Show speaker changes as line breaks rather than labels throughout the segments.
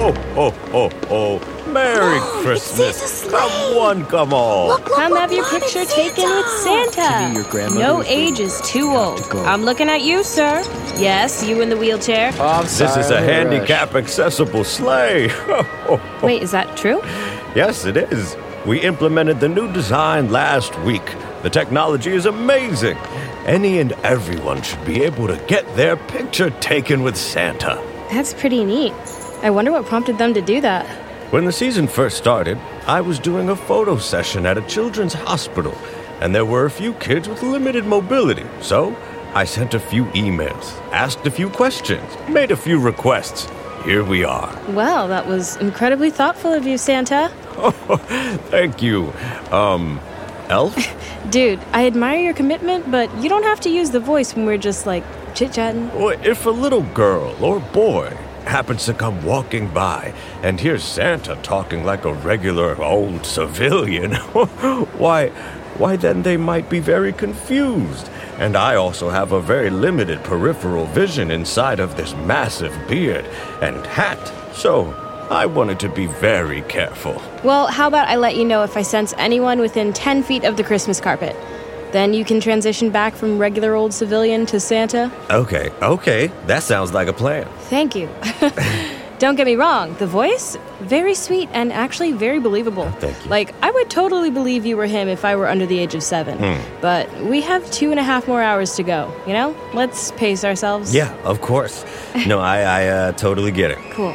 Oh, oh, oh, oh. Merry
Mom, it
Christmas.
says a
Come
sleigh.
one, come all.
Look, look,
Come
look,
have your
Mom, it's
picture taken with Santa.
To be your grandmother
no
if they
age is too
have
old.
to go.
I'm looking at you, sir. Yes, you in the wheelchair.
Oh, I'm
This
sorry,
is
I'm
a
in rush.
handicap accessible sleigh.
Wait, is that true?
yes, it is. We implemented the new design last week. The technology is amazing. Any and everyone should be able to get their picture taken with Santa.
That's pretty neat. I wonder what prompted them to do that.
When the season first started, I was doing a photo session at a children's hospital, and there were a few kids with limited mobility. So, I sent a few emails, asked a few questions, made a few requests. Here we are.
Well, that was incredibly thoughtful of you, Santa.
Thank you. Um, Elf?
Dude, I admire your commitment, but you don't have to use the voice when we're just like chit chatting.
Or if a little girl or boy happens to come walking by and hears Santa talking like a regular old civilian, why, why then they might be very confused. And I also have a very limited peripheral vision inside of this massive beard and hat, so I wanted to be very careful.
Well, how about I let you know if I sense anyone within 10 feet of the Christmas carpet? Then you can transition back from regular old civilian to Santa.
Okay, okay, that sounds like a plan.
Thank you. Don't get me wrong, the voice, very sweet and actually very believable.
Oh, Thank you.
Like, I would totally believe you were him if I were under the age of seven.
Hmm.
But we have two and a half more hours to go, you know? Let's pace ourselves.
Yeah, of course. No, I, I uh, totally get it.
Cool.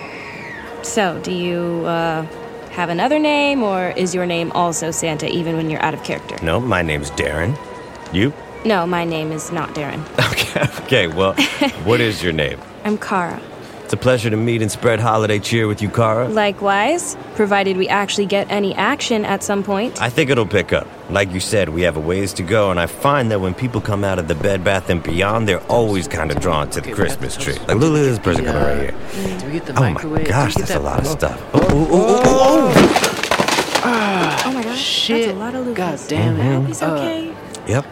So, do you uh, have another name, or is your name also Santa even when you're out of character?
No, my name's Darren. You?
No, my name is not Darren.
Okay, okay. Well, what is your name?
I'm Kara.
It's a pleasure to meet and spread holiday cheer with you, Kara.
Likewise, provided we actually get any action at some point.
I think it'll pick up. Like you said, we have a ways to go, and I find that when people come out of the Bed Bath and Beyond, they're always kind of drawn to the Christmas tree. Like, look at this person coming right here.
Do we get the
Oh my
microwave?
gosh,
Do we get
that's a
that-
lot of
Oh,
stuff. Oh, oh, oh, oh, oh,
oh my gosh,
Shit.
that's a lot of Lucas.
God damn
Mm-hmm.
I hope
it. Uh,
he's okay.
oh. Yep.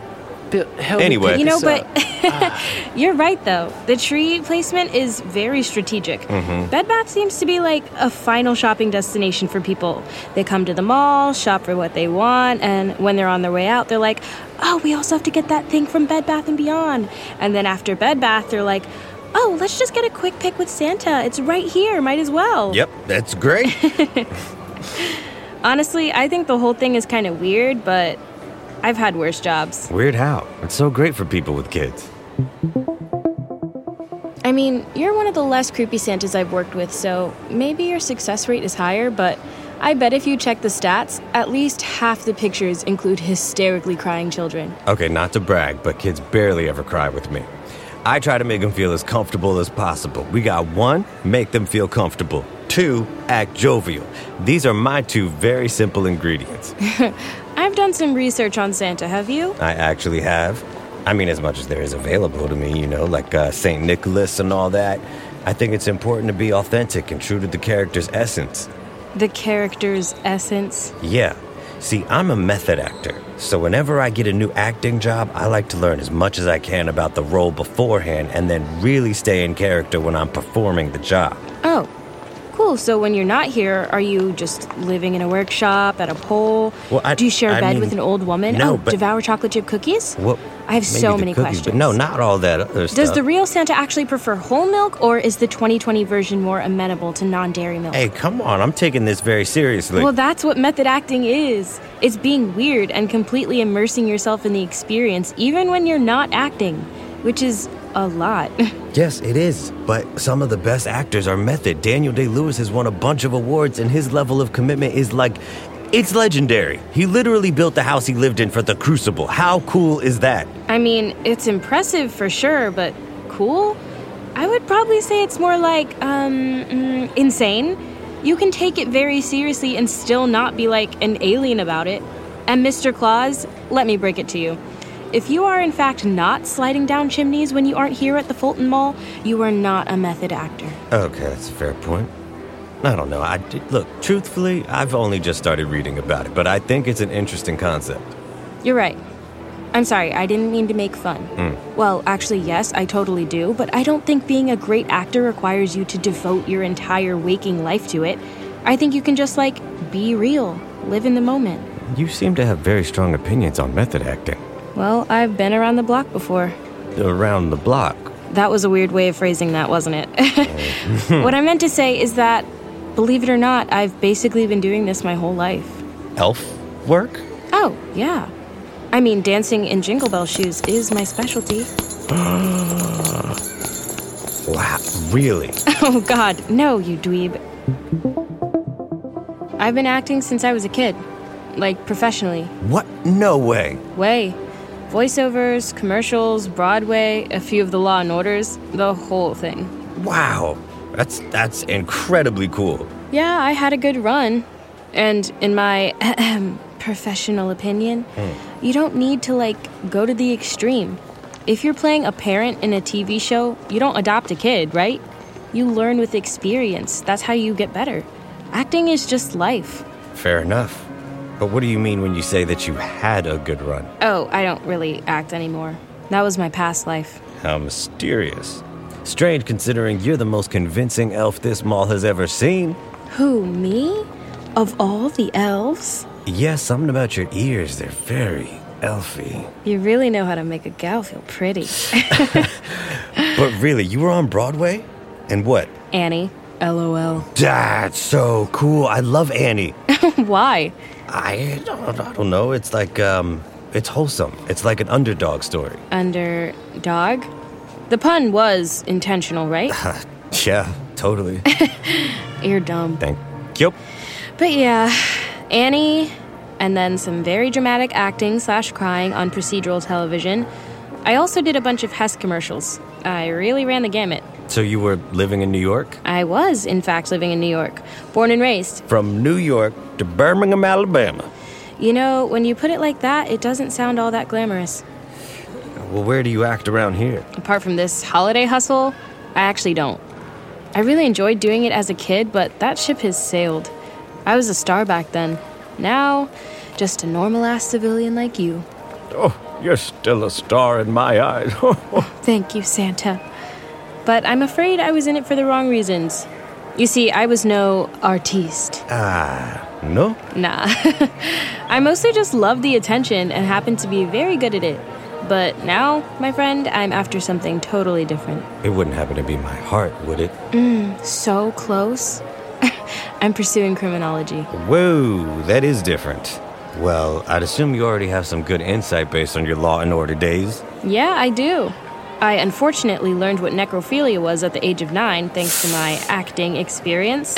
Bill, help me
Anyway.
pick
You know,
this
but
up.
you're right though. The tree placement is very strategic. Bed Bath seems to be like a final shopping destination for people. They come to the mall, shop for what they want, and when they're on their way out, they're like, "Oh, we also have to get that thing from Bed Bath and Beyond." And then after Bed Bath, they're like, "Oh, let's just get a quick pick with Santa. It's right here. Might as well."
Yep, that's great.
Honestly, I think the whole thing is kind of weird, but I've had worse jobs.
Weird how. It's so great for people with kids.
I mean, you're one of the less creepy Santas I've worked with, so maybe your success rate is higher, but I bet if you check the stats, at least half the pictures include hysterically crying children.
Okay, not to brag, but kids barely ever cry with me. I try to make them feel as comfortable as possible. We got one, make them feel comfortable. Two, act jovial. These are my two very simple ingredients.
I've done some research on Santa, have you?
I actually have. I mean, as much as there is available to me, you know, like uh, St. Nicholas and all that. I think it's important to be authentic and true to the character's essence.
The character's essence.
Yeah. See, I'm a method actor, so whenever I get a new acting job, I like to learn as much as I can about the role beforehand and then really stay in character when I'm performing the job.
Oh, cool. So when you're not here, are you just living in a workshop, at a pole?
Well, I-
Do you share a
I
bed
mean,
with an old woman?
no,
oh,
but-
devour chocolate chip cookies?
What?
I have
maybe
so
the
many
cookies,
questions.
But no, not all that other stuff.
Does the real Santa actually prefer whole milk, or is the 2020 version more amenable to non dairy milk?
hey, come on! I'm taking this very seriously.
Well, that's what method acting is. It's being weird and completely immersing yourself in the experience, even when you're not acting, which is a lot.
yes, it is. But some of the best actors are method. Daniel Day Lewis has won a bunch of awards, and his level of commitment is like. It's legendary. He literally built the house he lived in for the Crucible. How cool is that?
I mean, it's impressive for sure, but cool? I would probably say it's more like, um, mm, insane. You can take it very seriously and still not be like an alien about it. And Mr. Claus, let me break it to you. If you are in fact not sliding down chimneys when you aren't here at the Fulton Mall, you are not a method actor.
Okay, that's a fair point. I don't know. I did- look, truthfully, I've only just started reading about it, but I think it's an interesting concept.
You're right. I'm sorry, I didn't mean to make fun. Well, actually, yes, I totally do, but I don't think being a great actor requires you to devote your entire waking life to it. I think you can just, like, be real, live in the moment.
You seem to have very strong opinions on method acting.
Well, I've been around the block before.
Around the block.
That was a weird way of phrasing that, wasn't it? what I meant to say is that, believe it or not, I've basically been doing this my whole life.
Elf work?
Oh, yeah. I mean, dancing in Jingle Bell shoes is my specialty.
Wow, really?
Oh, God, no, you dweeb. I've been acting since I was a kid. Like, professionally.
what? No way.
Way. Voiceovers, commercials, Broadway, a few of the Law and Orders, the whole thing.
Wow. That's that's incredibly cool.
Yeah, I had a good run. And in my professional opinion, you don't need to, like, go to the extreme. If you're playing a parent in a TV show, you don't adopt a kid, right? You learn with experience. That's how you get better. Acting is just life.
Fair enough. But what do you mean when you say that you had a good run?
Oh, I don't really act anymore. That was my past life.
How mysterious. Strange considering you're the most convincing elf this mall has ever seen.
Who, me? Of all the elves?
Yes, something about your ears, they're very elfy.
You really know how to make a gal feel pretty.
But really, you were on Broadway? And what?
Annie, lol.
That's so cool. I love Annie.
Why?
I don't, I don't know. It's like, um, it's wholesome. It's like an underdog story.
Underdog? The pun was intentional, right?
Yeah, totally.
You're dumb.
Thank you.
But yeah, Annie, and then some very dramatic acting slash crying on procedural television. I also did a bunch of Hess commercials. I really ran the gamut.
So you were living in New York?
I was, in fact, living in New York, born and raised.
From New York to Birmingham, Alabama.
You know, when you put it like that, it doesn't sound all that glamorous.
Well, where do you act around here?
Apart from this holiday hustle, I actually don't. I really enjoyed doing it as a kid, but that ship has sailed. I was a star back then. Now, just a normal ass civilian like you.
Oh, you're still a star in my eyes.
Thank you, Santa. But I'm afraid I was in it for the wrong reasons. You see, I was no artiste.
Ah, no?
Nah. I mostly just loved the attention and happened to be very good at it. But now, my friend, I'm after something totally different.
It wouldn't happen to be my heart, would it?
So close. I'm pursuing criminology.
Whoa, that is different. Well, I'd assume you already have some good insight based on your law and order days.
Yeah, I do. I unfortunately learned what necrophilia was at the age of nine thanks to my acting experience.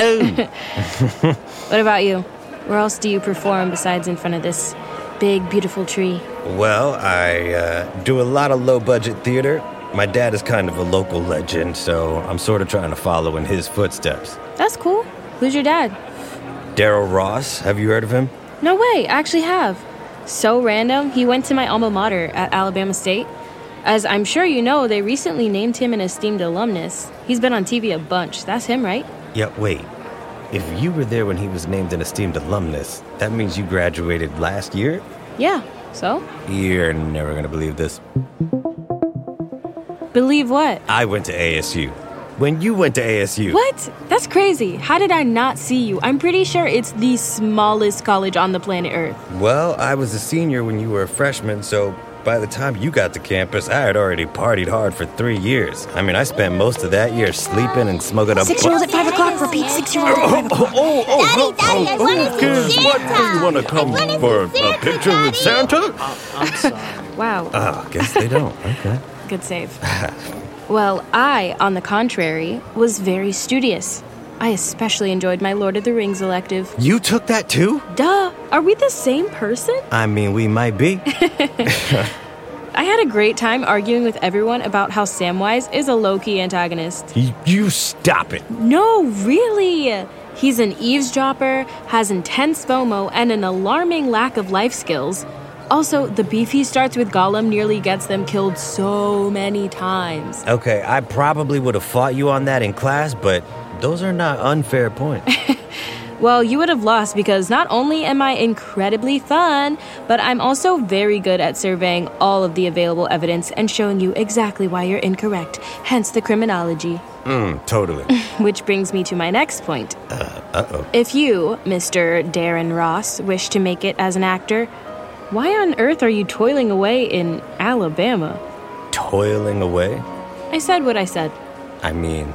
what about you? Where else do you perform besides in front of this big, beautiful tree?
Well, I uh, do a lot of low budget theater. My dad is kind of a local legend, so I'm sort of trying to follow in his footsteps.
That's cool. Who's your dad?
Daryl Ross, have you heard of him?
No way, I actually have. So random, he went to my alma mater at Alabama State. As I'm sure you know, they recently named him an esteemed alumnus. He's been on TV a bunch. That's him, right?
Yeah, wait. If you were there when he was named an esteemed alumnus, that means you graduated last year?
Yeah. So?
You're never gonna believe this.
Believe what?
I went to ASU. When you went to ASU.
What? That's crazy. How did I not see you? I'm pretty sure it's the smallest college on the planet Earth.
Well, I was a senior when you were a freshman, so by the time you got to campus, I had already partied hard for three years. I mean, I spent most of that year sleeping and smoking a
Six year old
bu-
at five o'clock, repeat six year old at
Oh, oh,
five o'clock.
oh, oh,
Daddy, Daddy, I wanna see
kids, what do
Santa.
you want to come
I wanna
for?
see
A
Santa,
picture with
Daddy.
Santa?
I'm sorry.
Wow,
Oh, guess they don't. Okay.
good save. well, I, on the contrary, was very studious. I especially enjoyed my Lord of the Rings elective.
You took that too?
Duh, are we the same person?
I mean, we might be.
I had a great time arguing with everyone about how Samwise is a low key antagonist.
you, you stop it.
No, really. He's an eavesdropper, has intense FOMO, and an alarming lack of life skills. Also, the beef he starts with Gollum nearly gets them killed so many times.
Okay, I probably would have fought you on that in class, but those are not unfair points.
Well, you would have lost because not only am I incredibly fun, but I'm also very good at surveying all of the available evidence and showing you exactly why you're incorrect, hence the criminology.
Totally.
Which brings me to my next point. Uh oh. If you, Mr. Darren Ross, wish to make it as an actor, why on earth are you toiling away in Alabama?
Toiling away?
I said what I said.
I mean,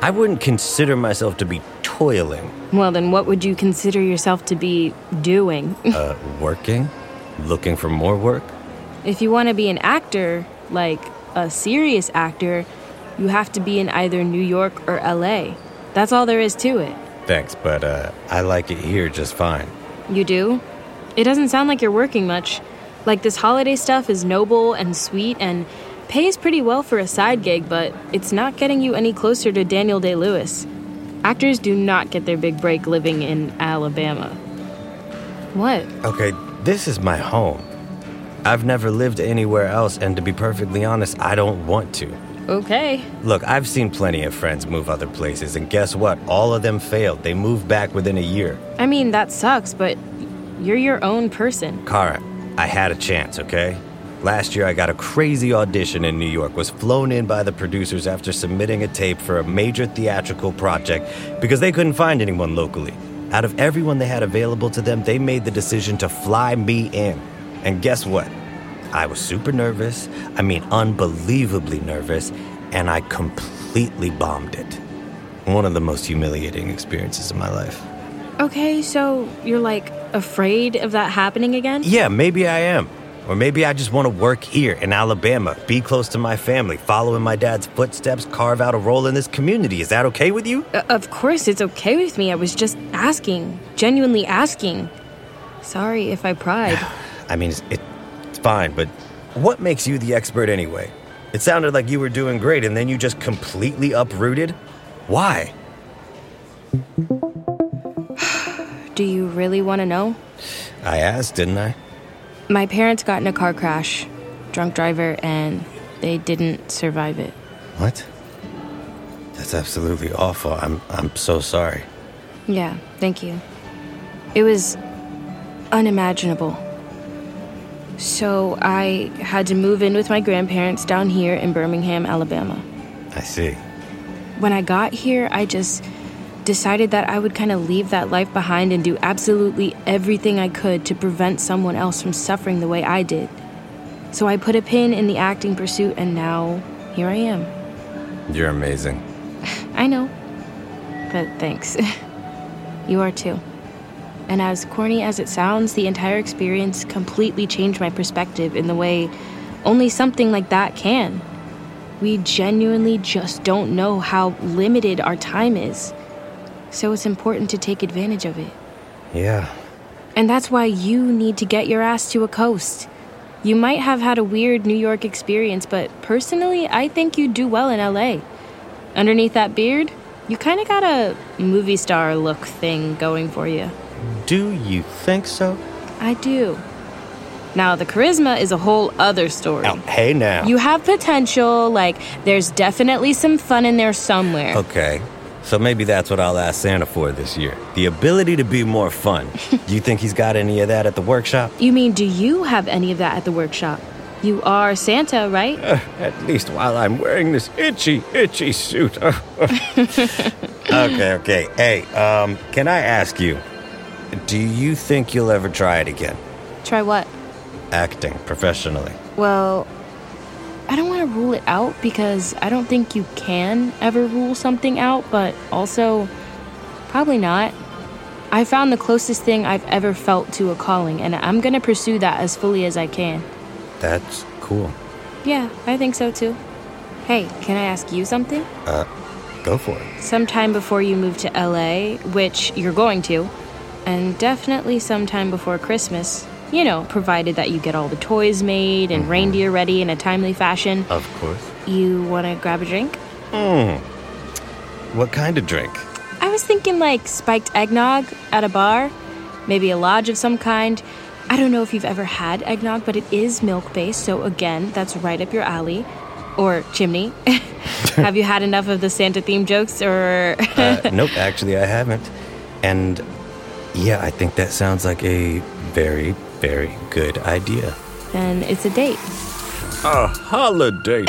I wouldn't consider myself to be toiling.
Well, then what would you consider yourself to be doing?
Uh, working? Looking for more work?
if you want to be an actor, like a serious actor, you have to be in either New York or LA. That's all there is to it.
Thanks, but uh, I like it here just fine.
You do? It doesn't sound like you're working much. Like, this holiday stuff is noble and sweet and pays pretty well for a side gig, but it's not getting you any closer to Daniel Day Lewis. Actors do not get their big break living in Alabama. What?
Okay, this is my home. I've never lived anywhere else, and to be perfectly honest, I don't want to.
Okay.
Look, I've seen plenty of friends move other places, and guess what? All of them failed. They moved back within a year.
I mean, that sucks, but you're your own person.
Kara, I had a chance, okay? Last year, I got a crazy audition in New York, was flown in by the producers after submitting a tape for a major theatrical project because they couldn't find anyone locally. Out of everyone they had available to them, they made the decision to fly me in. And guess what? I was super nervous, I mean, unbelievably nervous, and I completely bombed it. One of the most humiliating experiences of my life.
Okay, so you're like afraid of that happening again?
Yeah, maybe I am. Or maybe I just want to work here in Alabama, be close to my family, follow in my dad's footsteps, carve out a role in this community. Is that okay with you?
Uh, Of course, it's okay with me. I was just asking, genuinely asking. Sorry if I pried.
I mean, it's, it, it's fine, but what makes you the expert anyway? It sounded like you were doing great and then you just completely uprooted? Why?
Do you really want to know?
I asked, didn't I?
My parents got in a car crash, drunk driver, and they didn't survive it.
What? That's absolutely awful. I'm, I'm so sorry.
Yeah, thank you. It was unimaginable. So I had to move in with my grandparents down here in Birmingham, Alabama.
I see.
When I got here, I just decided that I would kind of leave that life behind and do absolutely everything I could to prevent someone else from suffering the way I did. So I put a pin in the acting pursuit, and now here I am.
You're amazing.
I know. But thanks. you are too. And as corny as it sounds, the entire experience completely changed my perspective in the way only something like that can. We genuinely just don't know how limited our time is. So it's important to take advantage of it.
Yeah.
And that's why you need to get your ass to a coast. You might have had a weird New York experience, but personally, I think you do well in LA. Underneath that beard, you kind of got a movie star look thing going for you.
Do you think so?
I do. Now, the charisma is a whole other story.
Now, hey now.
You have potential, like, there's definitely some fun in there somewhere.
Okay. So maybe that's what I'll ask Santa for this year. The ability to be more fun. Do you think he's got any of that at the workshop?
You mean, do you have any of that at the workshop? You are Santa, right?
At least while I'm wearing this itchy, itchy suit. okay, okay. Hey, um, can I ask you, do you think you'll ever try it again?
Try what?
Acting professionally.
Well, I don't want to rule it out because I don't think you can ever rule something out, but also probably not. I found the closest thing I've ever felt to a calling, and I'm going to pursue that as fully as I can.
That's cool.
Yeah, I think so too. Hey, can I ask you something?
Go for it.
Sometime before you move to LA, which you're going to, and definitely sometime before Christmas, you know, provided that you get all the toys made and reindeer ready in a timely fashion,
Of course.
you want to grab a drink?
What kind of drink?
I was thinking like spiked eggnog at a bar, maybe a lodge of some kind. I don't know if you've ever had eggnog, but it is milk based, so again, that's right up your alley. Or chimney. Have you had enough of the Santa theme jokes or
Uh, nope, actually, I haven't. And yeah, I think that sounds like a very, very good idea.
And it's a date.
A holiday